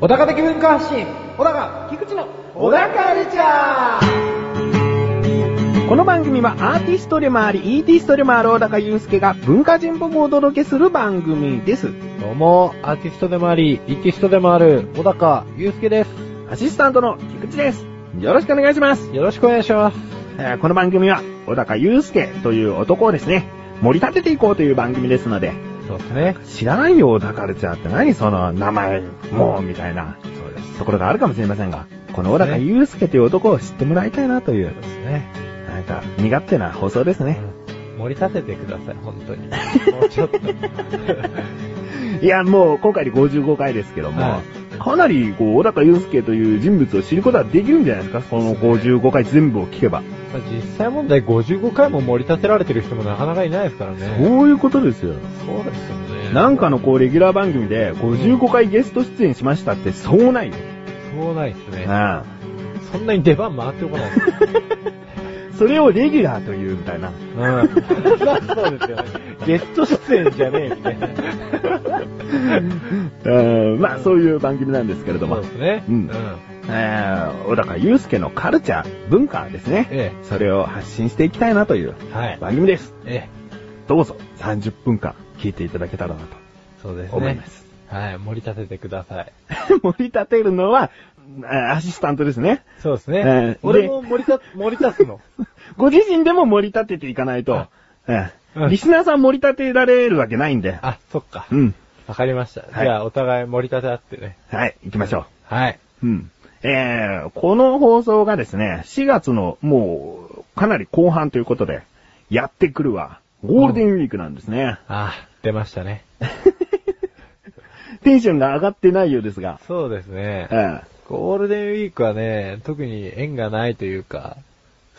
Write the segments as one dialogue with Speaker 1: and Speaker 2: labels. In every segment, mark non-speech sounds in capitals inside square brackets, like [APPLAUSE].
Speaker 1: 小高的文化発信、小高、菊池の小高ルチャー
Speaker 2: この番組はアーティストでもあり、イーティストでもある小高祐介が文化人っぽくお届けする番組です。
Speaker 3: どうも、アーティストでもあり、イキストでもある、小高祐介です。
Speaker 2: アシスタントの菊池です。よろしくお願いします。
Speaker 3: よろしくお願いします。
Speaker 2: えーこの番組は小高祐介という男をですね、盛り立てていこうという番組ですので、
Speaker 3: そうですね。
Speaker 2: 知らないよ、小高ルチャーって何その名前、もう、みたいな
Speaker 3: そうです。
Speaker 2: ところがあるかもしれませんが、この小高祐介という男を知ってもらいたいなという、
Speaker 3: ですね。
Speaker 2: なんか、身勝手な放送ですね。
Speaker 3: うん盛り立ててください、本当
Speaker 2: [LAUGHS]
Speaker 3: に。もうちょっと。
Speaker 2: いや、もう今回で55回ですけども、
Speaker 3: は
Speaker 2: かなり、こう、小高祐介という人物を知ることはできるんじゃないですかこの55回全部を聞けば。
Speaker 3: まあ [LAUGHS] 実際問題55回も盛り立てられてる人もなかなかいないですからね。
Speaker 2: そういうことですよ。
Speaker 3: そうですよね
Speaker 2: なんかのこう、レギュラー番組で、55回ゲスト出演しましたって、そうないよ。
Speaker 3: そうないですね。
Speaker 2: ああ
Speaker 3: そんなに出番回ってこないです。
Speaker 2: それをレギュラーというみたいな。
Speaker 3: うん。 [LAUGHS] そうですよね。ゲスト出演じゃねえ、みたいな。
Speaker 2: うんまあ、そういう番組なんですけれど
Speaker 3: そう
Speaker 2: も
Speaker 3: で、すね。
Speaker 2: うんえー小高祐介のカルチャー、文化ですね。
Speaker 3: え
Speaker 2: それを発信していきたいなという
Speaker 3: え。はい。
Speaker 2: 番組です。
Speaker 3: ええ。
Speaker 2: どうぞ、30分間聞いていただけたらな
Speaker 3: そうです
Speaker 2: と
Speaker 3: ね。
Speaker 2: 思います。 [LAUGHS]
Speaker 3: はい、盛り立ててください。
Speaker 2: 盛り立てるのは、あアシスタントですね。
Speaker 3: そうです
Speaker 2: え
Speaker 3: ね。
Speaker 2: え
Speaker 3: 俺も盛り立、盛り立つ
Speaker 2: [LAUGHS]
Speaker 3: の。
Speaker 2: ご自身でも盛り立てていかないと
Speaker 3: あ、
Speaker 2: ええ
Speaker 3: うん
Speaker 2: リスナーさん盛り立てられるわけないんで。
Speaker 3: あ、そっか
Speaker 2: う。ん。
Speaker 3: わかりました。
Speaker 2: はい
Speaker 3: じゃあ、お互い盛り立て合ってね。
Speaker 2: はい、行きましょう。
Speaker 3: はい。
Speaker 2: うん。えー、この放送がですね、4月のもう、かなり後半ということで、やってくるわ。ゴールデンウィークなんですね。
Speaker 3: あ、出ましたね。
Speaker 2: テンションが上がってないようですが。
Speaker 3: そうですね
Speaker 2: え。ー
Speaker 3: ゴールデンウィークはね、特に縁がないというか、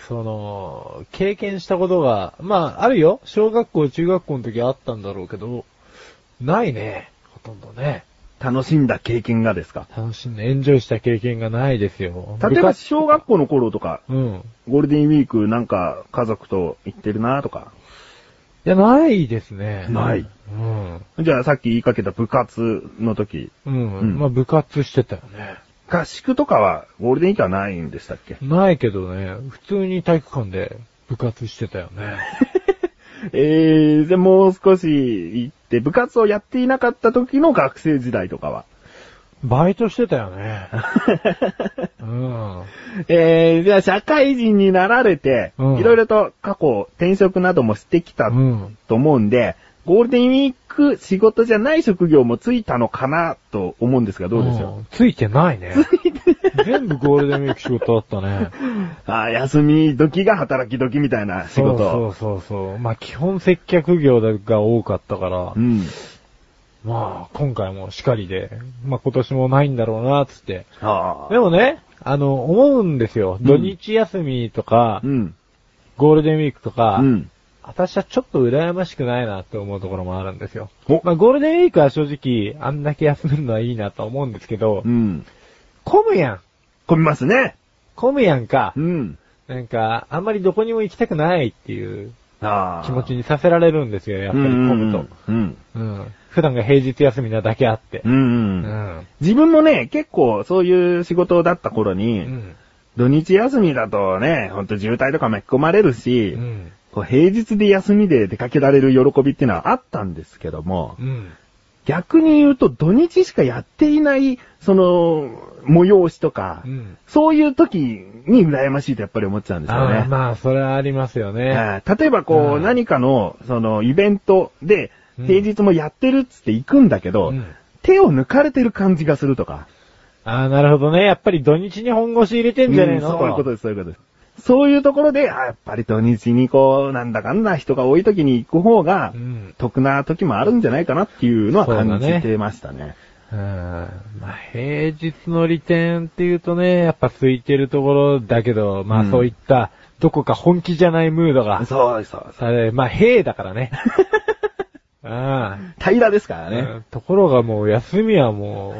Speaker 3: その、経験したことが、まあ、あるよ。小学校、中学校の時はあったんだろうけど、ないね。ほとんどね。
Speaker 2: 楽しんだ経験がですか。
Speaker 3: 楽しんで、エンジョイした経験がないですよ。
Speaker 2: 例えば
Speaker 3: 部活
Speaker 2: 小学校の頃とか、
Speaker 3: うん。
Speaker 2: ゴールデンウィークなんか家族と行ってるなとか。
Speaker 3: いや、ないですね。
Speaker 2: ない。
Speaker 3: うん。
Speaker 2: じゃあさっき言いかけた部活の時、
Speaker 3: うん。
Speaker 2: うん
Speaker 3: まあ、部活してたよね。
Speaker 2: 合宿とかはゴールデンウィークはないんでしたっけ
Speaker 3: ないけどね、普通に体育館で部活してたよ
Speaker 2: [LAUGHS]
Speaker 3: ね。
Speaker 2: えー、で、もう少し行って、部活をやっていなかった時の学生時代とかは。
Speaker 3: バイトしてたよ
Speaker 2: [LAUGHS]
Speaker 3: ね。うん。
Speaker 2: えー、じゃあ社会人になられて、
Speaker 3: うん
Speaker 2: いろいろと過去転職などもしてきた
Speaker 3: うん。
Speaker 2: と思うんで、ゴールデンウィーク仕事じゃない職業もついたのかなと思うんですが、どうでしょ
Speaker 3: んついてないね。全部ゴールデンウィーク仕事だったね。
Speaker 2: う、あー休み時が働き時みたいな仕事。
Speaker 3: そうそうそうそう。まあ、基本接客業が多かったから、
Speaker 2: うん。
Speaker 3: まあ、今回もしかりで、まあ今年もないんだろうな、つって。
Speaker 2: あ
Speaker 3: でもね、あの、思うんですよ。
Speaker 2: うん
Speaker 3: 土日休みとか
Speaker 2: あ。う、ん。
Speaker 3: ゴールデンウィークとか、
Speaker 2: うん。
Speaker 3: 私はちょっと羨ましくないなって思うところもあるんですよ。
Speaker 2: お
Speaker 3: まあゴールデンウィークは正直、あんだけ休めるのはいいなと思うんですけど
Speaker 2: う、ん。
Speaker 3: 混むやん。
Speaker 2: 混みますね。
Speaker 3: 混むやんか
Speaker 2: う。ん。
Speaker 3: なんか、あんまりどこにも行きたくないっていう
Speaker 2: ああ。
Speaker 3: 気持ちにさせられるんですよ、やっぱり混むと。
Speaker 2: うんうん
Speaker 3: うん。普段が平日休みなだけあって
Speaker 2: う。ん。
Speaker 3: う
Speaker 2: うんうん。
Speaker 3: ん。
Speaker 2: 自分もね、結構そういう仕事だった頃
Speaker 3: う
Speaker 2: に、
Speaker 3: ん。
Speaker 2: 土日休みだとね、ほんと渋滞とか巻き込まれるし、
Speaker 3: うん。
Speaker 2: こう平日で休みで出かけられる喜びっていうのはあったんですけども、
Speaker 3: うん。
Speaker 2: 逆に言うと土日しかやっていない、その、催しとか、
Speaker 3: うん。
Speaker 2: そういう時に羨ましいとやっぱり思っちゃうんですよ
Speaker 3: あ
Speaker 2: ね
Speaker 3: あ。まあ、それはありますよね。
Speaker 2: はい例えばこう、
Speaker 3: うん
Speaker 2: 何かの、その、イベント
Speaker 3: う
Speaker 2: で、
Speaker 3: ん
Speaker 2: 平日もやってるっつって行くんだけど、
Speaker 3: うん
Speaker 2: 手を抜かれてる感じがするとか。
Speaker 3: ああ、なるほどね。やっぱり土日に本腰入れてんじゃねえの
Speaker 2: うんそういうことです、そういうことです。そういうところで、あやっぱり土日にこう、なんだかんだ人が多い時に行く方が
Speaker 3: う、ん。
Speaker 2: 得な時もあるんじゃないかなっていうのは
Speaker 3: そうだね
Speaker 2: 感じてましたね。
Speaker 3: うんまあ、平日の利点っていうとね、やっぱ空いてるところだけど、まあ
Speaker 2: うん
Speaker 3: そういった、どこか本気じゃないムードが、
Speaker 2: そうそうそう。
Speaker 3: され、まあ平だから
Speaker 2: [LAUGHS]
Speaker 3: ね。あ
Speaker 2: 平らですから
Speaker 3: あ、
Speaker 2: ね。
Speaker 3: ところがもう休みはも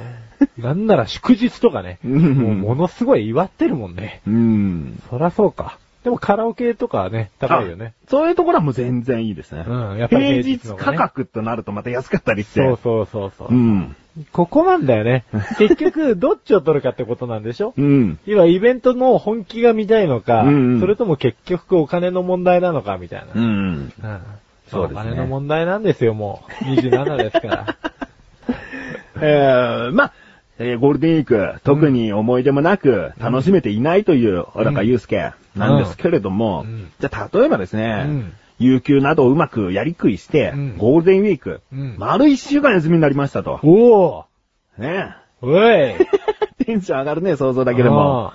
Speaker 3: う、なんなら祝日とかね、
Speaker 2: うん
Speaker 3: もうものすごい祝ってるもんね。
Speaker 2: うん。
Speaker 3: そらそうか。でもカラオケとかはね、高いよね。
Speaker 2: あそういうところはもう全然いいですね。
Speaker 3: うんやっぱり平日
Speaker 2: 平
Speaker 3: の
Speaker 2: 日
Speaker 3: 方が
Speaker 2: 価
Speaker 3: ね
Speaker 2: 格となるとまた安かったりして。
Speaker 3: そうそうそうそう。
Speaker 2: うん。
Speaker 3: ここなんだよ
Speaker 2: [LAUGHS]
Speaker 3: ね。結局、どっちを取るかってことなんでしょ
Speaker 2: うん。
Speaker 3: 今、イベントの本気が見たいのか、
Speaker 2: うんうん
Speaker 3: それとも結局お金の問題なのか、みたいな。
Speaker 2: う
Speaker 3: うん
Speaker 2: ん。そうですね
Speaker 3: お金の問題なんですよ、もう。27です
Speaker 2: [LAUGHS]
Speaker 3: から。
Speaker 2: えー、まあ、えーゴールデンウィーク、特に思い出もなく、楽しめていないという、小高祐介なんですけれども、
Speaker 3: うん
Speaker 2: じゃあ、例えばですね、
Speaker 3: うん
Speaker 2: 有給などをうまくやりくりして、
Speaker 3: うん
Speaker 2: ゴールデンウィーク、
Speaker 3: うん
Speaker 2: 丸一週間休みになりましたと。
Speaker 3: お
Speaker 2: ね [LAUGHS]
Speaker 3: おおい
Speaker 2: えテンション上がるね、想像だけでも。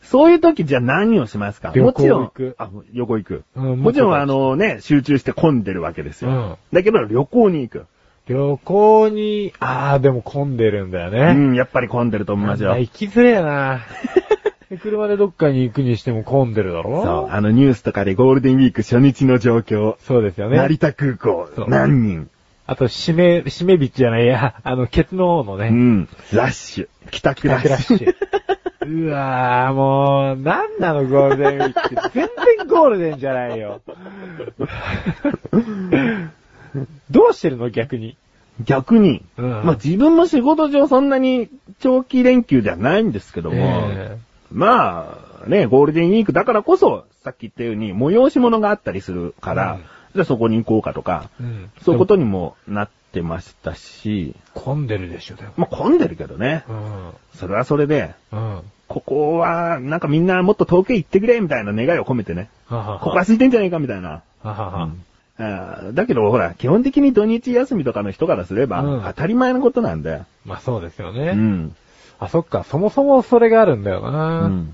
Speaker 2: そういう時じゃあ何をししますか
Speaker 3: 旅行
Speaker 2: もちろん。
Speaker 3: 行く
Speaker 2: あ、旅行行く。
Speaker 3: うん
Speaker 2: もちろん
Speaker 3: もちろん
Speaker 2: あのね、集中して混んでるわけですよ。
Speaker 3: うん
Speaker 2: だけど旅行に行く。
Speaker 3: 旅行に、あー、でも混んでるんだよ
Speaker 2: う
Speaker 3: ね。
Speaker 2: ん、やっぱり混んでると思いますよ
Speaker 3: あ。行きづれやな。 [LAUGHS] 車でどっかに行くにしても混んでるだろ
Speaker 2: そう、あのニュースとかでゴールデンウィーク初日の状況。
Speaker 3: そうですよね。
Speaker 2: 成田空港
Speaker 3: そ、う
Speaker 2: 何人。
Speaker 3: あと、締め、締め日じゃないや、あの、ケツの方の
Speaker 2: う
Speaker 3: ね、
Speaker 2: ん、ラッシュ。帰宅ラ
Speaker 3: ラ
Speaker 2: ッ
Speaker 3: ッ
Speaker 2: シ
Speaker 3: シ
Speaker 2: ュ。
Speaker 3: ュ。 [LAUGHS] うわぁ、もう、なんなの、ゴールデンウィーク
Speaker 2: [LAUGHS]
Speaker 3: って。全然ゴールデンじゃないよ。どうしてるの、逆に。
Speaker 2: 逆に、
Speaker 3: うん
Speaker 2: まあ自分も仕事上そんなに長期連休ではないんですけども、
Speaker 3: え
Speaker 2: まあ、ね、ゴールデンウィークだからこそ、さっき言ったように催し物があったりするから、
Speaker 3: うん
Speaker 2: じゃあそこに行こうかとか、
Speaker 3: えうん
Speaker 2: そういうことにもなってましたし、
Speaker 3: 混んでるでしょ、でも。
Speaker 2: まあ混んでるけどね、
Speaker 3: うん。
Speaker 2: それはそれで、
Speaker 3: うん。
Speaker 2: ここは、なんかみんなもっと遠くへ行ってくれ、みたいな願いを込めてね。
Speaker 3: はは
Speaker 2: ここは空いてんじゃねえか、みたいな。
Speaker 3: ははは
Speaker 2: あーだけど、ほら、基本的に土日休みとかの人からすれば、
Speaker 3: うん
Speaker 2: 当たり前のことなんだよ。
Speaker 3: まあそうですよ
Speaker 2: う
Speaker 3: ね。
Speaker 2: ん。
Speaker 3: あ、そっか、そもそもそれがあるんだよ
Speaker 2: う
Speaker 3: な。
Speaker 2: ん。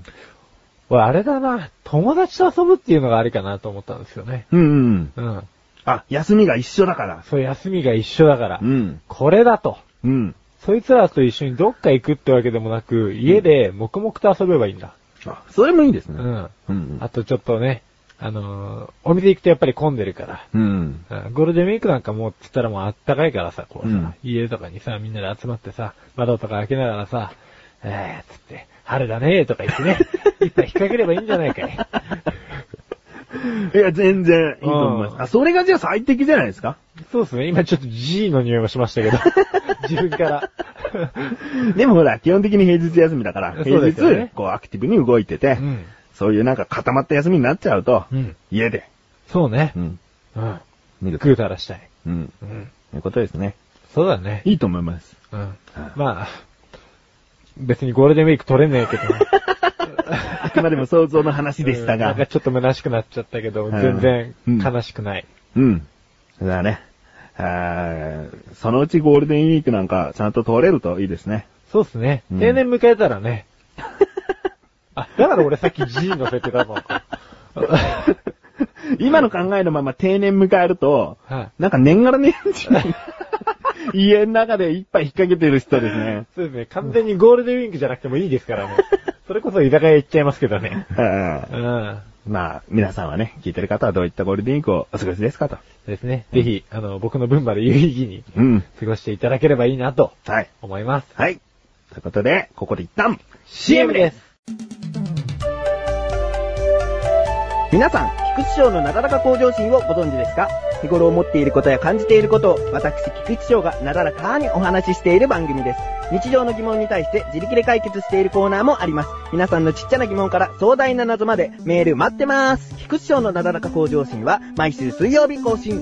Speaker 3: 俺、あれだな、友達と遊ぶっていうのがありかなと思ったんですよね。
Speaker 2: うんうん。
Speaker 3: うん。
Speaker 2: あ、休みが一緒だから。
Speaker 3: そう、休みが一緒だから。
Speaker 2: うん。
Speaker 3: これだと。
Speaker 2: うん。
Speaker 3: そいつらと一緒にどっか行くってわけでもなく、家で黙々と遊べばいいんだ。
Speaker 2: あ、それもいいです
Speaker 3: う
Speaker 2: ね。
Speaker 3: ん。
Speaker 2: うん。
Speaker 3: あとちょっとね、あのーお店行くとやっぱり混んでるから。
Speaker 2: うん。
Speaker 3: うんゴールデンウィークなんかもう、つったらもうあったかいからさ、こうさ、
Speaker 2: うん
Speaker 3: 家とかにさ、みんなで集まってさ、窓とか開けながらさ、えー、つって、春だねーとか言って
Speaker 2: [LAUGHS]
Speaker 3: ね、いっぱい引っ掛ければいいんじゃないかい。
Speaker 2: いや、全然いいと思いま
Speaker 3: う
Speaker 2: す。
Speaker 3: ん
Speaker 2: あ、それがじゃあ最適じゃないですか
Speaker 3: そうですね、今ちょっと G の匂いもしましたけ
Speaker 2: [LAUGHS]
Speaker 3: ど、自分から。
Speaker 2: でもほら、基本的に平日休みだから、
Speaker 3: そう
Speaker 2: 平
Speaker 3: ですよね
Speaker 2: 日、こうアクティブに動いてて、
Speaker 3: うん。
Speaker 2: そういうなんか固まった休みになっちゃうと、
Speaker 3: うん。
Speaker 2: 家で、
Speaker 3: そうね
Speaker 2: う。ん。
Speaker 3: うん。
Speaker 2: 見る
Speaker 3: ぐうたらしたい。
Speaker 2: うん。
Speaker 3: うん。
Speaker 2: ということですね。
Speaker 3: そうだね。
Speaker 2: いいと思います。
Speaker 3: うん。まあ、別にゴールデンウィーク取れねえ
Speaker 2: [LAUGHS]
Speaker 3: けどね。
Speaker 2: あくまでも想像の話でした
Speaker 3: うんなんか
Speaker 2: が。
Speaker 3: ちょっと虚しくなっちゃったけど、
Speaker 2: ん
Speaker 3: 全然
Speaker 2: うん
Speaker 3: 悲しくない。
Speaker 2: うん。だからね。あーそのうちゴールデンウィークなんかちゃんと取れるといいですね。
Speaker 3: そうっすね。
Speaker 2: うん
Speaker 3: 定年迎えたら
Speaker 2: [LAUGHS]
Speaker 3: ね。あ、だから俺さっき G 乗せてたもん。
Speaker 2: 今の考えのまま定年迎えると、
Speaker 3: はい。
Speaker 2: なんか年がら年中、 [LAUGHS] 家の中で一杯引っ掛けてる人ですね。
Speaker 3: そうですね。完全にゴールデンウィークじゃなくてもいいです
Speaker 2: [LAUGHS]
Speaker 3: からね。それこそ居酒屋行っちゃいますけどね。う
Speaker 2: あー
Speaker 3: ん。
Speaker 2: まあ、皆さんはね、聞いてる方はどういったゴールデンウィークをお過ごしですかと。
Speaker 3: ですね。ぜひ、あの、僕の分まで有意義に
Speaker 2: うん。
Speaker 3: 過ごしていただければいいなと
Speaker 2: はい。
Speaker 3: 思います。
Speaker 2: はい。ということで、ここで一旦、
Speaker 3: CM です
Speaker 1: 皆さん、菊池賞のなだらか向上心をご存知ですか日頃思っていることや感じていることを、私、菊池賞がなだらかにお話ししている番組です。日常の疑問に対して自力で解決しているコーナーもあります。皆さんのちっちゃな疑問から壮大な謎までメール待ってます。菊池賞のなだらか向上心は毎週水曜日更新。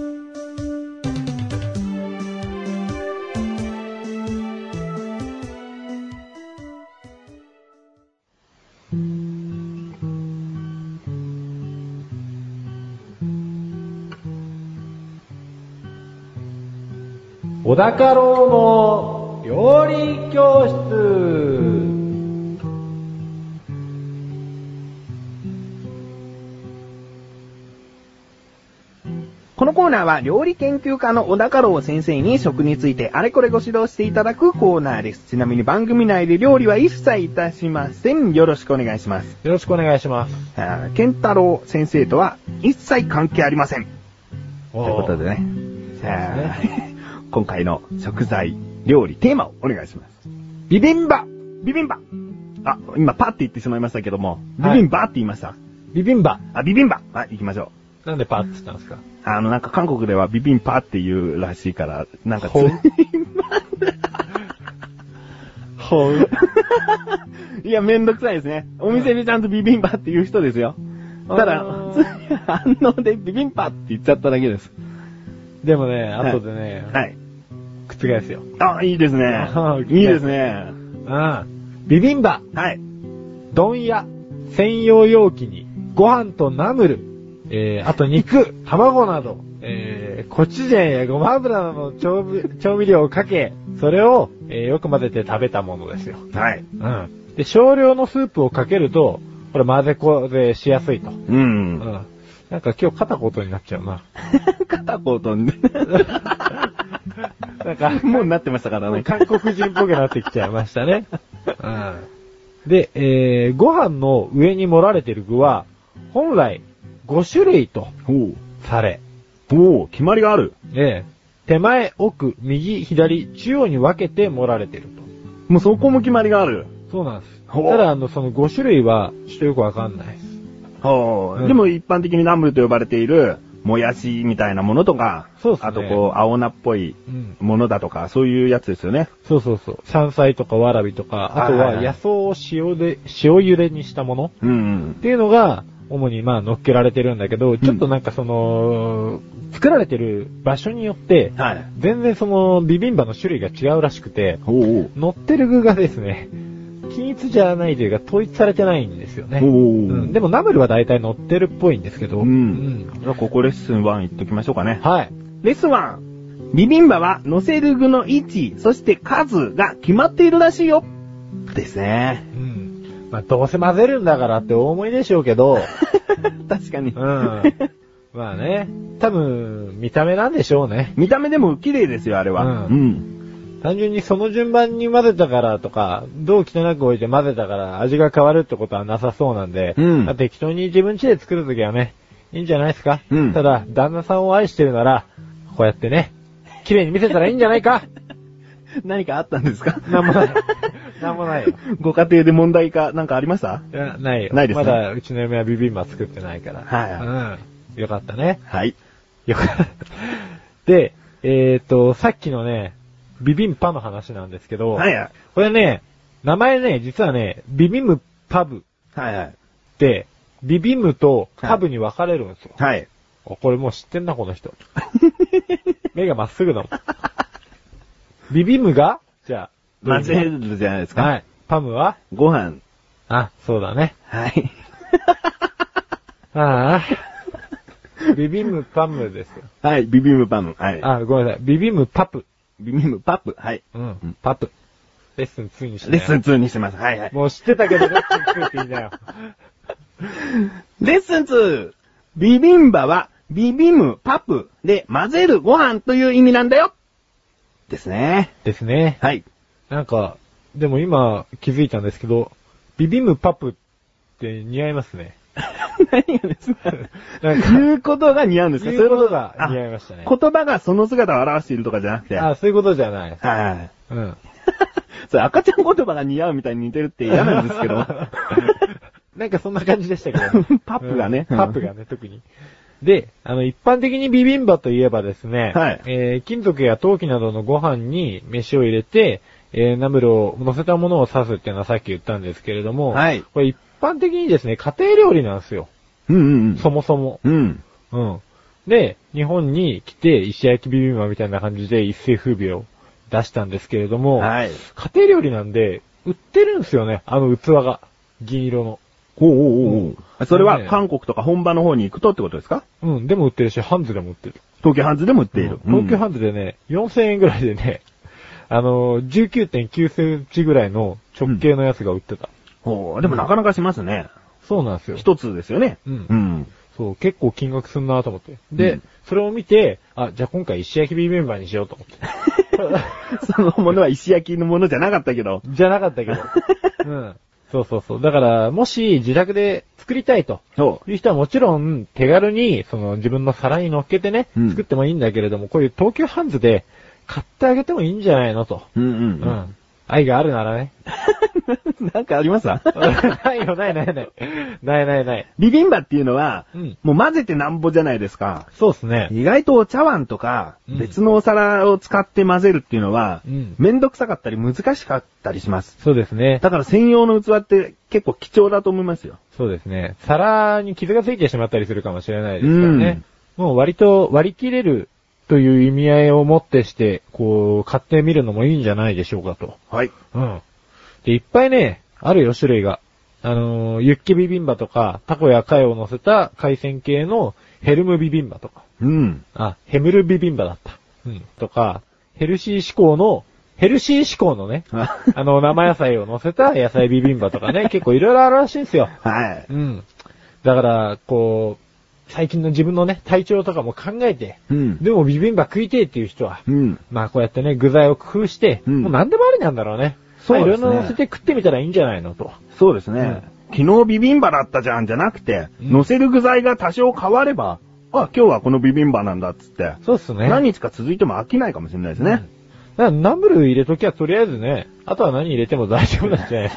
Speaker 3: 小高郎の料理教室
Speaker 1: このコーナーは料理研究家の小高郎先生に食についてあれこれご指導していただくコーナーです。ちなみに番組内で料理は一切いたしません。よろしくお願いします。
Speaker 3: よろしくお願いします。
Speaker 1: あー健太郎先生とは一切関係ありません。
Speaker 3: と
Speaker 2: ということでね。さあ
Speaker 3: そうで、
Speaker 2: [LAUGHS] 今回の食材、料理、テーマをお願いします。ビビンバビビンバあ、今パって言ってしまいましたけども、ビ
Speaker 3: はい
Speaker 2: ビンバって言いました。
Speaker 3: ビビンバ。
Speaker 2: あ、ビビンバはい、行きましょ
Speaker 3: なんでパって言ったんですか
Speaker 2: う。あの、なんか韓国ではビビンパっていうらしいから、なんかつ、
Speaker 3: ほんほう。
Speaker 2: [LAUGHS] いや、めんどくさいですね。お店でちゃんとビビンバっていう人ですよ。ただ
Speaker 3: あー、
Speaker 2: 普通に [LAUGHS] 反応でビビンパって言っちゃっただけです。
Speaker 3: でもね、
Speaker 2: はい
Speaker 3: 後でね、
Speaker 2: はい。
Speaker 3: 覆すよ。
Speaker 2: あ、いいです [LAUGHS] ね
Speaker 3: あー。
Speaker 2: いいですね。
Speaker 3: うん。ビビンバ、
Speaker 2: [LAUGHS] はい。
Speaker 3: 丼屋、専用容器に、ご飯とナムル、えー、あと肉、卵など、えー、コチュジャンやごま油などの調味調味料をかけ、それを、えー、よく混ぜて食べたものですよ。
Speaker 2: はい。
Speaker 3: うん。で、少量のスープをかけると、これ混ぜこぜしやすいと。
Speaker 2: う。
Speaker 3: うんん。なんか今日肩ことになっちゃうな。
Speaker 2: [LAUGHS] 片方飛ん [LAUGHS] で。
Speaker 3: なんか、
Speaker 2: もうなってましたからね。
Speaker 3: 韓国人っぽくなってきちゃいました [LAUGHS] ね。うん。で、えー、ご飯の上に盛られてる具は、本来5種類と
Speaker 2: お
Speaker 3: され、
Speaker 2: おお決まりがある。
Speaker 3: えー、手前、奥、右、左、中央に分けて盛られてると。
Speaker 2: もうそこも決まりがある。
Speaker 3: そうなんです。
Speaker 2: ほう
Speaker 3: ただ、あの、その5種類は、ちょっとよくわかんないです。
Speaker 2: ほう
Speaker 3: うん
Speaker 2: でも一般的にナムルと呼ばれている、もやしみたいなものとか、
Speaker 3: そうっすね
Speaker 2: あとこう、青菜っぽい
Speaker 3: うん。
Speaker 2: ものだとか、そういうやつですよね。
Speaker 3: そうそうそう。山菜とかわらびとか、あと
Speaker 2: はい
Speaker 3: は
Speaker 2: はいはい
Speaker 3: 野草を塩で、塩茹でにしたもの
Speaker 2: うん、
Speaker 3: っていうのが、主にまあ乗っけられてるんだけど、ちょっとなんかその、作られてる場所によって
Speaker 2: うん。、はい。
Speaker 3: 全然そのビビンバの種類が違うらしくて、
Speaker 2: おう
Speaker 3: 乗ってる具がですね、均一じゃないというか統一されてないんですよ
Speaker 2: おう。
Speaker 3: ね。
Speaker 2: おう
Speaker 3: うん、でもナムルは大体乗ってるっぽいんですけど、
Speaker 2: うん
Speaker 3: うん
Speaker 2: じゃあここレッスン1行っときましょうかね。
Speaker 3: はい。
Speaker 2: レッスン 1! ビビンバは乗せる具の位置、そして数が決まっているらしいよですね
Speaker 3: う。ん。まあどうせ混ぜるんだからって大思いでしょうけ
Speaker 2: [LAUGHS]
Speaker 3: ど、
Speaker 2: [LAUGHS] 確かに
Speaker 3: う。ん。まあね、多分、見た目なんでしょうね。
Speaker 2: 見た目でも綺麗ですよ、あれは。。
Speaker 3: うん単純にその順番に混ぜたからとか、どう汚く置いて混ぜたから味が変わるってことはなさそうなんで、
Speaker 2: うん
Speaker 3: まあ適当に自分家で作るときはね、いいんじゃないですか、
Speaker 2: うん
Speaker 3: ただ、旦那さんを愛してるなら、こうやってね、綺麗に見せたらいいんじゃない
Speaker 2: [LAUGHS]
Speaker 3: か
Speaker 2: 何かあったんですか
Speaker 3: なんもない。なんもないよ。
Speaker 2: [LAUGHS] ご家庭で問題か、なんかありました
Speaker 3: いやないよ。
Speaker 2: ないですね
Speaker 3: まだ、うちの嫁はビビンバ作ってないから。
Speaker 2: はい
Speaker 3: うん。よかったね。
Speaker 2: はい。
Speaker 3: よかった。で、えっ、と、さっきのね、ビビンパの話なんですけど、
Speaker 2: はいはい。
Speaker 3: これね、名前ね、実はね、ビビムパブ
Speaker 2: はいはい。
Speaker 3: って、ビビムとパブに分かれるんですよ。
Speaker 2: はい。 [LAUGHS]
Speaker 3: おこれもう知ってんな、この人。目がまっすぐだもん。
Speaker 2: [LAUGHS]
Speaker 3: ビビムがじゃあ、
Speaker 2: 間違え
Speaker 3: る
Speaker 2: るじゃないですか。
Speaker 3: はい。パムは
Speaker 2: ご飯。
Speaker 3: あ、そうだね。
Speaker 2: [LAUGHS] はい。
Speaker 3: ああ。
Speaker 2: [LAUGHS]
Speaker 3: ビビムパムですよ。
Speaker 2: はい、ビビムパム。はい。
Speaker 3: あ、ごめんなさい。ビビムパプ。
Speaker 2: ビビムパップ。はい。
Speaker 3: う
Speaker 2: うん
Speaker 3: ん。パプ。レッスン2にして、
Speaker 2: レッスン2にしてます。はいはい。
Speaker 3: もう知ってたけど、レッスン2って言いなよ。
Speaker 2: レッスン 2! ビビンバは、ビビムパップで混ぜるご飯という意味なんだよですね。
Speaker 3: ですね。
Speaker 2: はい。
Speaker 3: なんか、でも今気づいたんですけど、ビビムパプって似合いますね。
Speaker 2: [LAUGHS] 何がですか
Speaker 3: なんか、
Speaker 2: 言うことが似合うんですか
Speaker 3: 言うことが
Speaker 2: そう
Speaker 3: 似
Speaker 2: い
Speaker 3: 合
Speaker 2: う
Speaker 3: い
Speaker 2: こ
Speaker 3: ましたね。
Speaker 2: とが言葉がその姿を表しているとかじゃなくて。
Speaker 3: あ、
Speaker 2: は
Speaker 3: そういうことじゃない。
Speaker 2: い。 [LAUGHS]
Speaker 3: うん。
Speaker 2: それ赤ちゃん言葉が似合うみたいに似てるって嫌なんですけど。
Speaker 3: [LAUGHS] なんかそんな感じでしたけど、
Speaker 2: [LAUGHS] パップがね
Speaker 3: うんパップがね、特に。で、あの、一般的にビビンバといえばですね、
Speaker 2: はい
Speaker 3: えー金属や陶器などのご飯に飯を入れて、えーナムルを乗せたものを刺すっていうのはさっき言ったんですけれども、
Speaker 2: はい
Speaker 3: これ一般的にですね、家庭料理なんですよ。
Speaker 2: うんうん
Speaker 3: そもそも。
Speaker 2: うん。うん。
Speaker 3: うん。で、日本に来て、石焼きビビンバみたいな感じで一世風靡を出したんですけれども、
Speaker 2: はい。
Speaker 3: 家庭料理なんで、売ってるんですよね、あの器が。銀色の。
Speaker 2: おうおうおうおうそれ
Speaker 3: ね
Speaker 2: は
Speaker 3: え
Speaker 2: 韓国とか本場の方に行くとってことですか
Speaker 3: うん、でも売ってるし、ハンズでも売ってる。
Speaker 2: 東京ハンズでも売っている。
Speaker 3: うん東京ハ
Speaker 2: ン
Speaker 3: ンズでね、4000円ぐらいでね、 [LAUGHS] あの、19.9センチぐらいの直径のやつが売ってた。
Speaker 2: ズ。おうでもなかなかしますね。
Speaker 3: そうなんですよ。
Speaker 2: 一つですよね。
Speaker 3: うん
Speaker 2: ん。
Speaker 3: そう、結構金額すんなと思って。で、
Speaker 2: うん
Speaker 3: それを見て、あ、じゃあ今回石焼きビビンバにしようと
Speaker 2: [LAUGHS]
Speaker 3: 思って。
Speaker 2: そのものは石焼きのものじゃなかったけど。
Speaker 3: じゃなかったけ
Speaker 2: [LAUGHS]
Speaker 3: ど。うん。そうそうそう。だから、もし自宅で作りたいと
Speaker 2: そ
Speaker 3: いう人はもちろん手軽に、その自分の皿に乗っけてね
Speaker 2: うん、
Speaker 3: 作ってもいいんだけれども、こういう東急ハンズで買ってあげてもいいんじゃないのと。
Speaker 2: う。うんう
Speaker 3: うんん。愛があるなら
Speaker 2: [LAUGHS]
Speaker 3: ね。
Speaker 2: なんかありますか
Speaker 3: ないよ、ないないない。ないないない。
Speaker 2: ビビンバっていうのは、
Speaker 3: うん
Speaker 2: もう混ぜてなんぼじゃないですか。
Speaker 3: そうっすね。
Speaker 2: 意外とお茶碗とか、
Speaker 3: うん
Speaker 2: 別のお皿を使って混ぜるっていうのは、
Speaker 3: うん
Speaker 2: めんどくさかったり難しかったりします。
Speaker 3: そうですね。
Speaker 2: だから専用の器って結構貴重だと思いますよ。
Speaker 3: そうですね。皿に傷がついてしまったりするかもしれないですからね。もう割と割り切れるという意味合いをもってして、こう、買ってみるのもいいんじゃないでしょうかと。
Speaker 2: はい。
Speaker 3: うん。で、いっぱいね、あるよ、種類が。あのーユッケビビンバとか、タコや貝を乗せた海鮮系のヘルムビビンバとか。
Speaker 2: うん。 [LAUGHS]
Speaker 3: あ、ヘムルビビンバだった。うん。とか、ヘルシー志向の、ヘルシー志向のね、
Speaker 2: は
Speaker 3: あの、生野菜を乗せた野菜ビビンバとかね、結構いろいろあるらしいんですよ。
Speaker 2: はい。
Speaker 3: うん。だから、こう、最近の自分のね、体調とかも考えて、
Speaker 2: うん。
Speaker 3: でもビビンバ食いてえっていう人は、
Speaker 2: うん。
Speaker 3: まあこうやってね、具材を工夫して、
Speaker 2: うん
Speaker 3: もう何でもありなんだろうね。
Speaker 2: そうですね
Speaker 3: まあいろいろ乗せて食ってみたらいいんじゃないのと。
Speaker 2: そうですね。昨日ビビンバだったじゃんじゃなくて、
Speaker 3: うん
Speaker 2: 乗せる具材が多少変われば、あ、今日はこのビビンバなんだっつって、
Speaker 3: そうっすね。
Speaker 2: 何日か続いても飽きないかもしれないですね。
Speaker 3: だからナムル入れときはとりあえずね、あとは何入れても大丈夫なんじ
Speaker 2: [LAUGHS]
Speaker 3: ゃない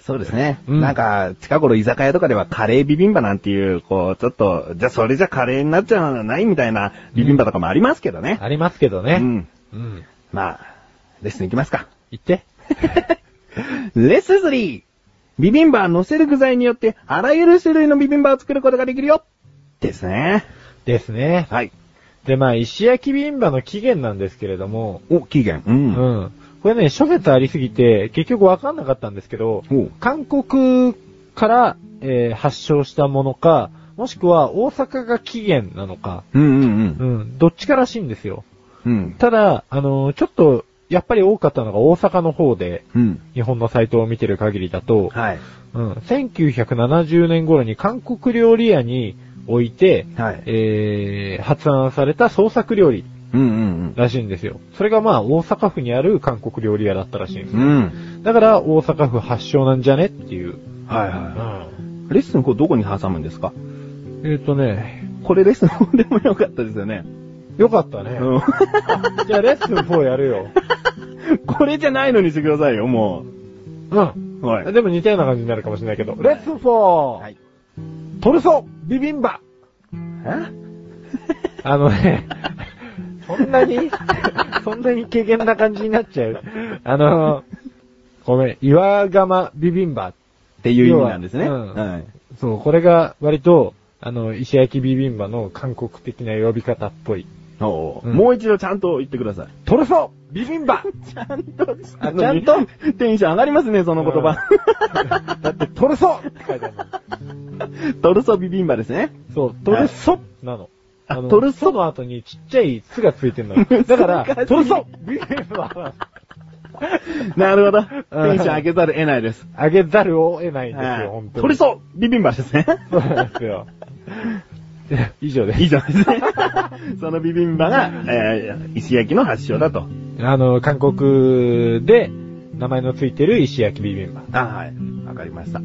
Speaker 2: そうですね。
Speaker 3: うん
Speaker 2: なんか、近頃居酒屋とかではカレービビンバなんていう、こう、ちょっと、じゃあそれじゃカレーになっちゃうないみたいなビビンバとかもありますけどね。
Speaker 3: ありますけど
Speaker 2: う
Speaker 3: ね。
Speaker 2: ん。
Speaker 3: うん。
Speaker 2: まあ、レッスン行きますか。
Speaker 3: 言って。
Speaker 2: レッスン 3! ビビンバは乗せる具材によって、あらゆる種類のビビンバを作ることができるよですね。
Speaker 3: ですね。
Speaker 2: はい。
Speaker 3: で、まあ、石焼きビビンバの起源なんですけれども、
Speaker 2: お、期限。う。
Speaker 3: うんん。これね、諸説ありすぎて、結局わかんなかったんですけど、
Speaker 2: おう
Speaker 3: 韓国から、えー発祥したものか、もしくは大阪が起源なのか、
Speaker 2: うんうんう。
Speaker 3: うんん、どっちからしいんですよ。
Speaker 2: うん。
Speaker 3: ただ、あのーちょっと、やっぱり多かったのが大阪の方で、
Speaker 2: うん。
Speaker 3: 日本のサイトを見てる限りだと、
Speaker 2: はい。
Speaker 3: うん、1970年頃に韓国料理屋に置いて、
Speaker 2: はい。
Speaker 3: えー発案された創作料理
Speaker 2: うんうん
Speaker 3: らしいんですよ。それがまあ大阪府にある韓国料理屋だったらしいんです
Speaker 2: うん。うん。
Speaker 3: だから大阪府発祥なんじゃねっていう。
Speaker 2: はいはい。レッスンこうどこに挟むんですか
Speaker 3: えっ、とね、
Speaker 2: これレッスン4でもよかったですよね。
Speaker 3: よかったね。
Speaker 2: うん。 [LAUGHS]
Speaker 3: じゃあレッスン4やるよ。
Speaker 2: これじゃないのにしてくださいよ、も
Speaker 3: うん。
Speaker 2: う。はい。
Speaker 3: でも似たような感じになるかもしれないけど。レッスン 4!
Speaker 2: はい
Speaker 3: トルソビビンバあのね、 [LAUGHS] そんなに、 [LAUGHS] そんなに軽減な感じになっちゃう。あの、ごめん、岩釜ビビンバ。
Speaker 2: っていう意味なんですね。
Speaker 3: 要はうん
Speaker 2: はい。
Speaker 3: そう、これが割と、あの、石焼きビビンバの韓国的な呼び方っぽい。
Speaker 2: おう
Speaker 3: うん
Speaker 2: もう一度ちゃんと言ってください。
Speaker 3: トルソビビンバ
Speaker 2: [LAUGHS] ちゃんと、
Speaker 3: あちゃんと
Speaker 2: [LAUGHS] テンション上がりますね、その言葉。
Speaker 3: [LAUGHS]
Speaker 2: [LAUGHS]
Speaker 3: だってトルソって書いてあるの。
Speaker 2: トルソビビンバですね。
Speaker 3: そう、トルソなの。
Speaker 2: あ
Speaker 3: あの
Speaker 2: トルソ
Speaker 3: ソの後にちっちゃいつがついてんの [LAUGHS] よ。だ
Speaker 2: [LAUGHS]
Speaker 3: から、トルソビビンバ
Speaker 2: なるほど。テンション上げざる得ないです。
Speaker 3: あげざるを得ないんです
Speaker 2: はい
Speaker 3: よ、本当に。
Speaker 2: トルソビビンバですね。
Speaker 3: そうなんですよ。 [LAUGHS] 以上です。
Speaker 2: 以上
Speaker 3: [LAUGHS]
Speaker 2: ですね。そのビビンバが、えー石焼きの発祥だと。
Speaker 3: あの、韓国で名前のついてる石焼きビビンバ。
Speaker 2: あ、はい。わかりました。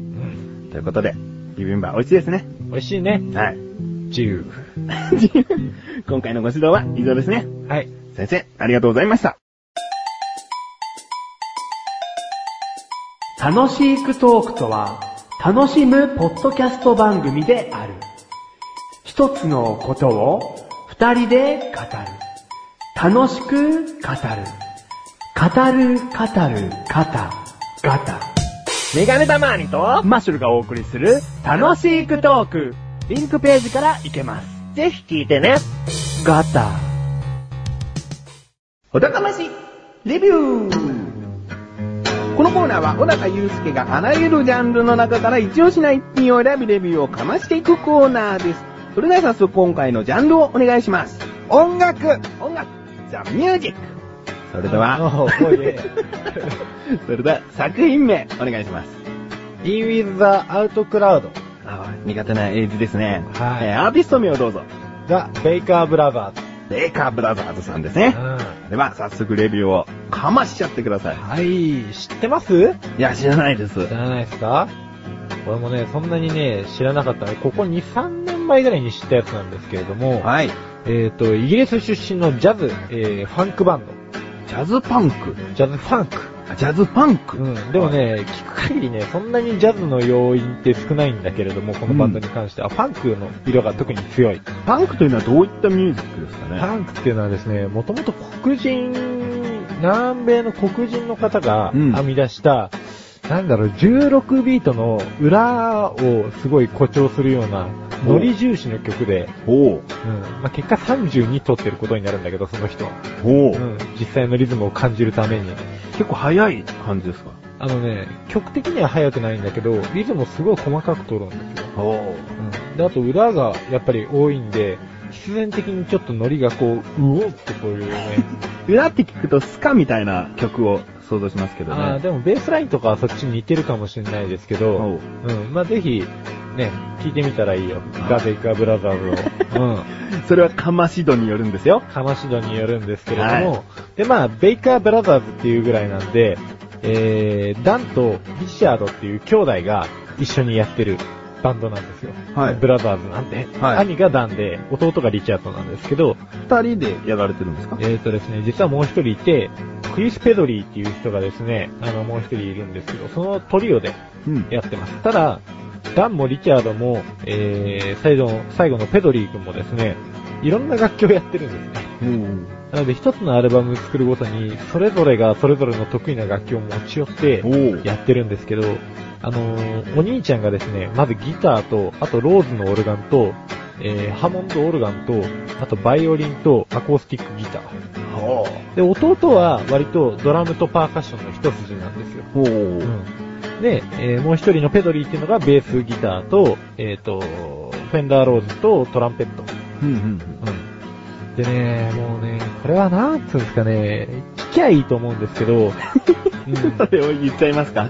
Speaker 2: ということで、ビビンバ美味しいですね。
Speaker 3: 美味しいね。
Speaker 2: はい。
Speaker 3: [LAUGHS] 自由。
Speaker 2: 今回のご指導は以上ですね。
Speaker 3: はい。
Speaker 2: 先生、ありがとうございました。
Speaker 4: 楽しいクトークとは、楽しむポッドキャスト番組である。一つのことを二人で語る。楽しく語る。語る、語る、語る、ガタ。メガネたまーにとマッシュルがお送りする楽しいクトーク。リンクページから行けます。
Speaker 1: ぜひ聞いてね。
Speaker 4: ガタ。
Speaker 1: お高まし、レビューこのコーナーは小高祐介があらゆるジャンルの中から一押しな一品を選びレビューをかましていくコーナーです。それでは早速今回のジャンルをお願いします。
Speaker 2: 音楽
Speaker 1: 音楽、ザ・ミュージック。
Speaker 2: それでは、
Speaker 3: おーおい
Speaker 1: [LAUGHS]
Speaker 3: え
Speaker 2: それでは作品名お願いします。
Speaker 3: In with the out cloud,
Speaker 2: あ苦手な英字ですね。
Speaker 3: はい
Speaker 2: えーアーティスト名をどうぞ。
Speaker 3: the Baker Brothers。
Speaker 2: レイカーブラザーズさんですね。では、早速レビューをかましちゃってください。
Speaker 3: はい。知ってます
Speaker 2: いや、知らないです。
Speaker 3: 知らないですか俺もね、そんなにね、知らなかったね。ここ2、3年前ぐらいに知ったやつなんですけれども、
Speaker 2: はい。
Speaker 3: えっ、と、イギリス出身のジャズ、えーファンクバンド。
Speaker 2: ジャズパンク。
Speaker 3: ジャズファンク。
Speaker 2: あジャズパンク。
Speaker 3: うん。でもね、聞く限りね、そんなにジャズの要因って少ないんだけれども、このバンドに関しては、ファンクの色が特に強い。
Speaker 2: パンクというのはどういったミュージックですかね
Speaker 3: パンクっていうのはですね、もともと黒人、南米の黒人の方が
Speaker 2: うん
Speaker 3: 編み出した、なんだろう、16ビートの裏をすごい誇張するような、
Speaker 2: お
Speaker 3: ノリ重視の曲で、
Speaker 2: おう
Speaker 3: うんまあ、結果32取ってることになるんだけど、その人は。
Speaker 2: おう
Speaker 3: うん、実際のリズムを感じるために。
Speaker 2: 結構早い感じですか
Speaker 3: あのね、曲的には速くないんだけど、リズムをすごい細かく取るんですよ。
Speaker 2: おう
Speaker 3: うん。で、あと裏がやっぱり多いんで、必然的にちょっとノリがこう、うおってこういうね、
Speaker 2: 裏って聞くとスカみたいな曲を想像しますけど
Speaker 3: ああー
Speaker 2: ね。
Speaker 3: でもベースラインとかはそっちに似てるかもしれないですけど、
Speaker 2: おう
Speaker 3: うん、まあぜひ、ね、聞いてみたらいいよ。ガゼイカブラザー
Speaker 2: [LAUGHS]
Speaker 3: ズを。うん。
Speaker 2: それはかまし度によるんですよ。
Speaker 3: かまし度によるんですけれども、
Speaker 2: は
Speaker 3: で、まあ、ベイカーブラザーズっていうぐらいなんで、えー、ダンとリシャードっていう兄弟が一緒にやってるバンドなんですよ。
Speaker 2: はい
Speaker 3: ブラザーズなんで、
Speaker 2: はい
Speaker 3: 兄がダンで、弟がリチャードなんですけど、
Speaker 2: 二人でやられてるんですか
Speaker 3: えーとですね、実はもう一人いて、クリス・ペドリーっていう人がですね、あの、もう一人いるんですけど、そのトリオで
Speaker 2: うん。
Speaker 3: やってます。ただ、ダンもリチャードも、えー、最後の、最後のペドリー君もですね、いろんな楽器をやってるんですね。
Speaker 2: うん。
Speaker 3: なので一つのアルバム作るごとに、それぞれがそれぞれの得意な楽器を持ち寄って
Speaker 2: おう
Speaker 3: やってるんですけど、あのーお兄ちゃんがですね、まずギターと、あとローズのオルガンと、えー、ハーモンドオルガンと、あとバイオリンとアコースティックギター。
Speaker 2: おう
Speaker 3: で、弟は割とドラムとパーカッションの一筋なんですよ。
Speaker 2: おう
Speaker 3: うんで、えーもう一人のペドリーっていうのがベースギターと、えっ、と、フェンダーローズとトランペット。
Speaker 2: うんうん
Speaker 3: うん。でね、もうね、これはなんつうんですかね、聞きゃいいと思うんです [LAUGHS] けど、う
Speaker 2: うん。そ
Speaker 3: ん
Speaker 2: れを言っちゃいますか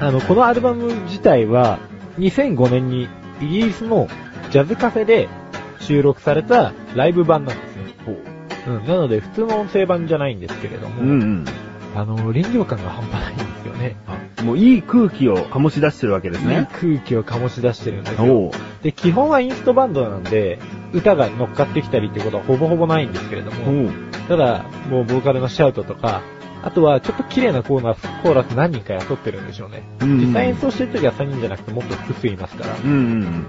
Speaker 3: あの、このアルバム自体は、2005年にイギリスのジャズカフェで収録されたライブ版なんですよ。うん、なので、普通の音声版じゃないんですけれども、
Speaker 2: うん
Speaker 3: あの、臨場感が半端ないんですよね。
Speaker 2: うん。もういい空気を醸し出してるわけですね。
Speaker 3: いい空気を醸し出してるんですよ。
Speaker 2: おう
Speaker 3: で、基本はインストバンドなんで、歌が乗っかってきたりってことはほぼほぼないんですけれども、
Speaker 2: おう
Speaker 3: ただ、もうボーカルのシャウトとか、あとはちょっと綺麗なコーナー、コーラス何人か雇ってるんでしょうね。
Speaker 2: うん
Speaker 3: 実際演奏してる時は3人じゃなくてもっと複数いますから、
Speaker 2: うんうん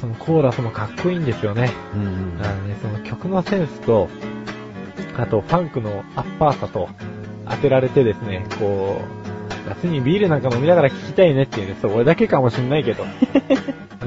Speaker 3: そのコーラスもかっこいいんですよね。
Speaker 2: うん。うん
Speaker 3: あのね、その曲のセンスと、あとファンクのアッパーさと当てられてですね、こう、夏にビールなんか飲みながら聴きたいねっていうね、そう、俺だけかもしんないけ
Speaker 2: [LAUGHS]
Speaker 3: ど。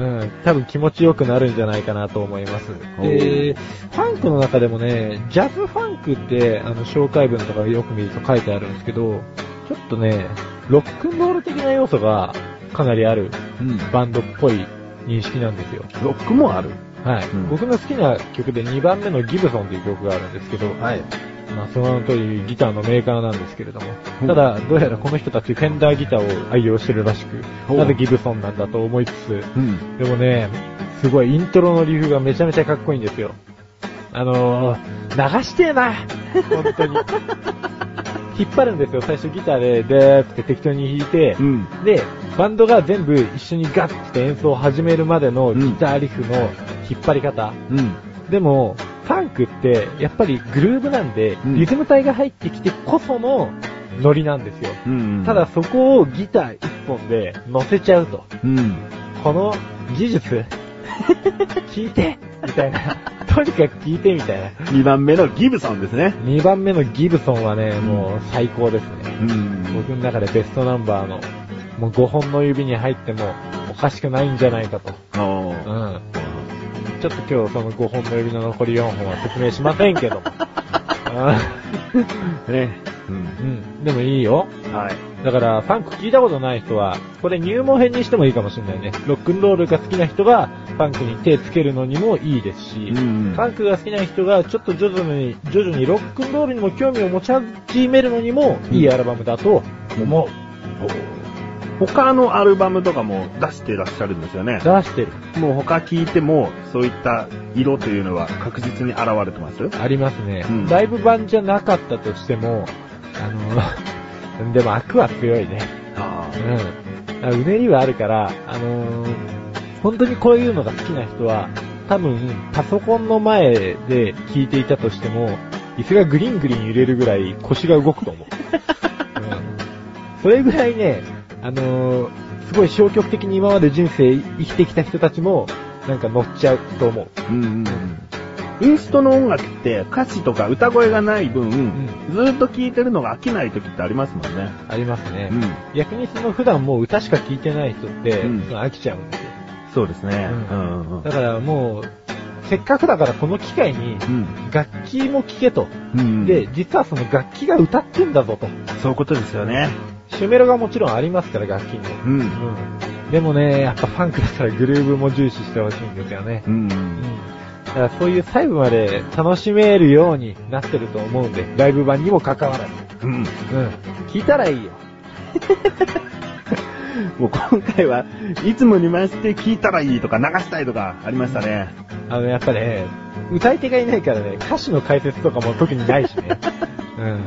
Speaker 3: うん、多分気持ちよくなるんじゃないかなと思います。
Speaker 2: お
Speaker 3: で、
Speaker 2: ー
Speaker 3: ファンクの中でもね、ジャズファンクって、あの、紹介文とかよく見ると書いてあるんですけど、ちょっとね、ロックンロール的な要素がかなりある
Speaker 2: うん。
Speaker 3: バンドっぽい認識なんですよ。
Speaker 2: ロックもある。
Speaker 3: はい、
Speaker 2: うん
Speaker 3: 僕の好きな曲で2番目のギブソンという曲があるんですけど、
Speaker 2: い。
Speaker 3: まあその通りギターのメーカーなんですけれども、
Speaker 2: うん
Speaker 3: ただどうやらこの人たちフェンダーギターを愛用してるらしく、
Speaker 2: おう
Speaker 3: なぜギブソンなんだと思いつつ、
Speaker 2: うん。
Speaker 3: でもね、すごいイントロのリフがめちゃめちゃかっこいいんですよ。あのー、流してえな本
Speaker 2: [LAUGHS]
Speaker 3: 当に。引っ張るんですよ、最初ギターで、でーって適当に弾いて、
Speaker 2: うん。
Speaker 3: で、バンドが全部一緒にガッて演奏を始めるまでのギターリフの引っ張り方。
Speaker 2: うん。
Speaker 3: でも、ファンクって、やっぱりグルーブなんで、
Speaker 2: うん
Speaker 3: リズム体が入ってきてこそのノリなんですよ。
Speaker 2: うん。
Speaker 3: ただ、そこをギター一本で乗せちゃうと。
Speaker 2: うん。
Speaker 3: この技
Speaker 2: [LAUGHS]
Speaker 3: 術、聞いてみたいな。とにかく聞いてみたいな。
Speaker 2: 2番目のギブソンですね。
Speaker 3: 2番目のギブソンはね、もう最高ですね。
Speaker 2: うん。
Speaker 3: 僕の中でベストナンバーの、もう5本の指に入ってもおかしくないんじゃないかと。
Speaker 2: お
Speaker 3: う
Speaker 2: ー
Speaker 3: ん。ちょっと今日その5本の指の残り4本は説明しませんけども。
Speaker 2: ね。う。
Speaker 3: うんん。でもいいよ。
Speaker 2: はい。
Speaker 3: だから、ファンク聞いたことない人は、これ入門編にしてもいいかもしれないね。ロックンロールが好きな人が、ファンクに手つけるのにもいいですし、
Speaker 2: うんうん
Speaker 3: ファンクが好きな人が、ちょっと徐々に、徐々にロックンロールにも興味を持ち始めるのにも、いいアルバムだと思う。
Speaker 2: 他のアルバムとかも出してらっしゃるんですよね。
Speaker 3: 出してる。
Speaker 2: もう他聴いても、そういった色というのは確実に現れてます
Speaker 3: ありますね。
Speaker 2: うん
Speaker 3: ライブ版じゃなかったとしても、あの、で [LAUGHS] もアクは強いね。
Speaker 2: あ
Speaker 3: うん。あうねりはあるから、あのー本当にこういうのが好きな人は、多分、パソコンの前で聞いていたとしても、椅子がグリングリン揺れるぐらい腰が動くと思う。うん、それぐらいね、あのーすごい消極的に今まで人生生きてきた人たちも、なんか乗っちゃうと思う。
Speaker 2: うんうんうん。インストの音楽って歌詞とか歌声がない分、ずーっと聴いてるのが飽きない時ってありますもんね。
Speaker 3: ありますね。
Speaker 2: うん。
Speaker 3: 逆にその普段もう歌しか聴いてない人って、
Speaker 2: うん
Speaker 3: 飽きちゃうんですよ。
Speaker 2: そうですね。う
Speaker 3: うん
Speaker 2: うんうん
Speaker 3: だからもう、せっかくだからこの機会に、楽器も聴けと。
Speaker 2: うん。
Speaker 3: で、、実はその楽器が歌ってんだぞと。
Speaker 2: そういうことですよね。
Speaker 3: シュメロがもちろんありますから、楽器にも。
Speaker 2: うん。
Speaker 3: うん。でもね、やっぱファンクだからグルーブも重視してほしいんですよね。
Speaker 2: うん。
Speaker 3: うん。だからそういう細部まで楽しめるようになってると思うんで、ライブ版にも関わらず。
Speaker 2: うん。
Speaker 3: うん。聞いたらいいよ。
Speaker 2: もう今回はいつもに増して聴いたらいいとか流したいとかありましたね。
Speaker 3: あの、やっぱね、歌い手がいないからね、歌詞の解説とかも特にないしね。うん。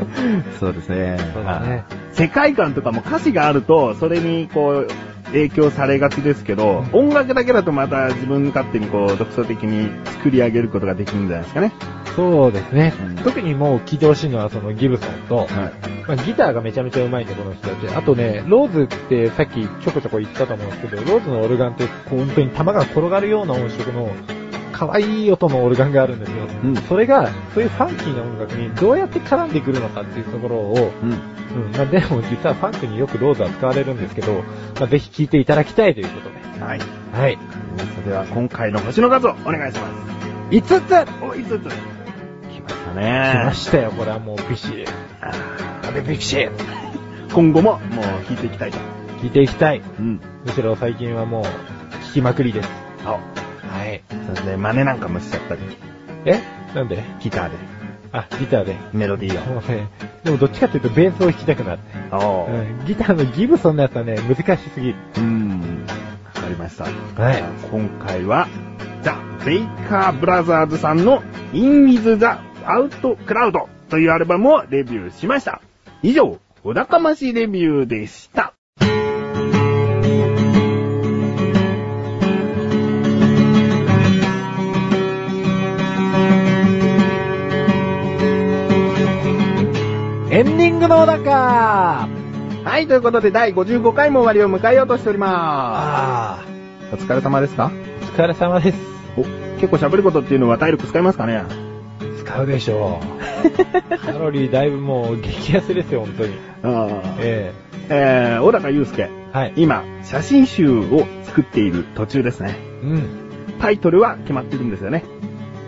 Speaker 2: そうですね。
Speaker 3: そうだね
Speaker 2: あ世界観とかも歌詞があると、それにこう、影響されがちですけど、音楽だけだとまた自分勝手にこう、独創的に作り上げることができるんじゃないですかね。
Speaker 3: そうですね。
Speaker 2: うん
Speaker 3: 特にもう聴いてほしいのはそのギブソンと、
Speaker 2: はい。
Speaker 3: まあ、ギターがめちゃめちゃうまいんで、この人たち。あとね、ローズってさっきちょこちょこ言ったと思うんですけど、ローズのオルガンってこう本当に弾が転がるような音色の、可愛い音のオルガンがあるんですよ。
Speaker 2: うん
Speaker 3: それが、そういうファンキーな音楽にどうやって絡んでくるのかっていうところを、
Speaker 2: う
Speaker 3: う
Speaker 2: ん。
Speaker 3: ん、まあでも実はファンクによくローズは使われるんですけど、まあぜひ聴いていただきたいということで。
Speaker 2: はい。
Speaker 3: はい。
Speaker 2: それでは今回の星の数をお願いします。
Speaker 3: 5つ来
Speaker 2: お、5つ。来ましたね。
Speaker 3: ましたよ、これはもうビシッ。
Speaker 2: あ
Speaker 3: あれビシッ。
Speaker 2: ー今後ももう弾いていきたいと。
Speaker 3: 聴いていきたい。
Speaker 2: うん。
Speaker 3: むしろ最近はもう、聴きまくりです。
Speaker 2: そう。
Speaker 3: はい。
Speaker 2: それで真似なんかもしちゃったり、
Speaker 3: えなんで
Speaker 2: ギターで、
Speaker 3: あ、ギターで。
Speaker 2: メロディー
Speaker 3: もうね、でもどっちかっていうとベースを弾きたくなる。
Speaker 2: を。お
Speaker 3: う
Speaker 2: ー。
Speaker 3: ん、ギターのギブソンのやつはね、難しすぎる。
Speaker 2: うん。わかりました。
Speaker 3: はい
Speaker 2: 今回は、ザ・ベイカー・ブラザーズさんの In With the Out Cloud というアルバムをレビューしました。以上、お高ましレビューでした。
Speaker 3: エンディングのおか
Speaker 2: はい、ということで第55回も終わりを迎えようとしておりま
Speaker 3: あ
Speaker 2: す。お疲れ様ですか
Speaker 3: ー、お疲れ様です。
Speaker 2: お、結構喋ることっていうのは体力使いますかね
Speaker 3: 使うでしょ
Speaker 2: [LAUGHS]
Speaker 3: う。カロリーだいぶもう激安ですよ、本当に。
Speaker 2: あー
Speaker 3: え
Speaker 2: えー、小高祐介。
Speaker 3: えはい。
Speaker 2: 今、写真集を作っている途中ですね。
Speaker 3: うん。
Speaker 2: タイトルは決まってるんですよね。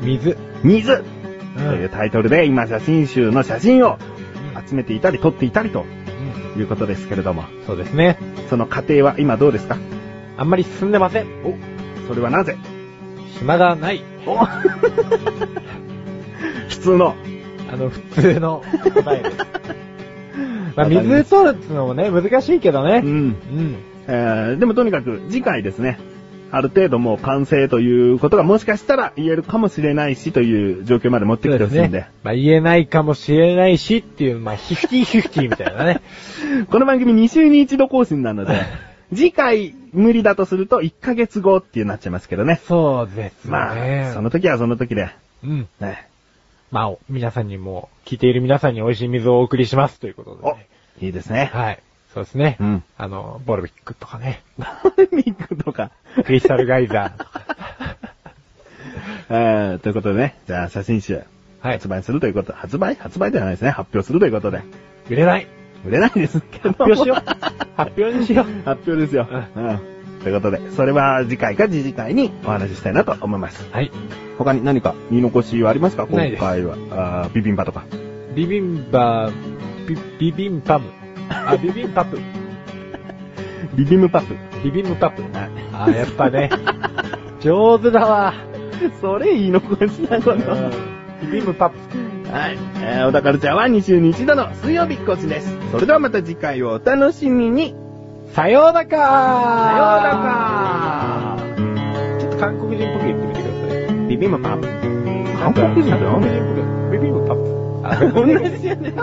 Speaker 3: 水。
Speaker 2: 水
Speaker 3: う
Speaker 2: という
Speaker 3: う
Speaker 2: タイトルで今写真集の写真を集めていたり撮っていたり
Speaker 3: ん
Speaker 2: ということですけれども、
Speaker 3: そうですね。
Speaker 2: その過程は今どうですか
Speaker 3: あんまり進んでません。
Speaker 2: お、それはなぜ
Speaker 3: 暇がない。
Speaker 2: お [LAUGHS] 普通の。
Speaker 3: あの、普通の答え
Speaker 2: [LAUGHS]
Speaker 3: です。ま
Speaker 2: わか
Speaker 3: あ、
Speaker 2: ります
Speaker 3: 水取るってのもね、難しいけど
Speaker 2: う
Speaker 3: ね。
Speaker 2: ん。
Speaker 3: うん。
Speaker 2: えー、でもとにかく次回ですね、ある程度もう完成ということがもしかしたら言えるかもしれないしという状況まで持ってきてほしいんで、
Speaker 3: まあ言えないかもしれないしっていう、まあヒフティヒフティみたいな
Speaker 2: [LAUGHS]
Speaker 3: ね。
Speaker 2: この番組2週に1度更新な
Speaker 3: [LAUGHS]
Speaker 2: ので、次回無理だとすると1ヶ月後っていうなっちゃいますけどね。
Speaker 3: そうですね。
Speaker 2: まあ、その時はその時で、
Speaker 3: うん。
Speaker 2: ね。
Speaker 3: まあ、皆さんにも、聞いている皆さんに美味しい水をお送りしますということで、
Speaker 2: お
Speaker 3: ね。、
Speaker 2: いいですね。
Speaker 3: はい。そうですね。
Speaker 2: うん
Speaker 3: あの、ボルビックとかね。
Speaker 2: [LAUGHS] パルミックとか。
Speaker 3: クリスタルガイザーと
Speaker 2: [LAUGHS]
Speaker 3: か。
Speaker 2: えーということでね、じゃあ写真集
Speaker 3: はい
Speaker 2: 発。売するということ、発売発売ではないですね。発表するということで。
Speaker 3: 売れない。
Speaker 2: 売れないですけど。。
Speaker 3: 発表しよう
Speaker 2: [LAUGHS]
Speaker 3: 発表にしよう。
Speaker 2: 発表ですよ。
Speaker 3: う
Speaker 2: うん。ということで、それは次回か次々回にお話ししたいなと思います。
Speaker 3: はい。
Speaker 2: 他に何か見残しはありますか今
Speaker 3: ないです
Speaker 2: 回は。あービビン
Speaker 3: [LAUGHS]
Speaker 2: バとか。
Speaker 3: ビビンバ、ビ、ビビンパム。あ、ビビンパプ。
Speaker 2: ビビムパップ。
Speaker 3: ビビンムパプ。
Speaker 2: はい
Speaker 3: あ、やっぱ
Speaker 2: [LAUGHS]
Speaker 3: ね。上手だわ。
Speaker 2: それ言い残したこ
Speaker 3: う
Speaker 2: と。
Speaker 3: んビビンムパプ。
Speaker 2: はい。えー、小高るちゃんは2週に1度の水曜日更新です。それではまた次回をお楽しみに。
Speaker 3: さようなか
Speaker 2: さようなら
Speaker 3: ちょっと韓国人っぽく言ってみてく
Speaker 2: ビビムパップ。
Speaker 3: ださい。
Speaker 2: 韓国人だよ
Speaker 3: 韓国人っぽく。ビビンムパプ。
Speaker 2: 同じじゃね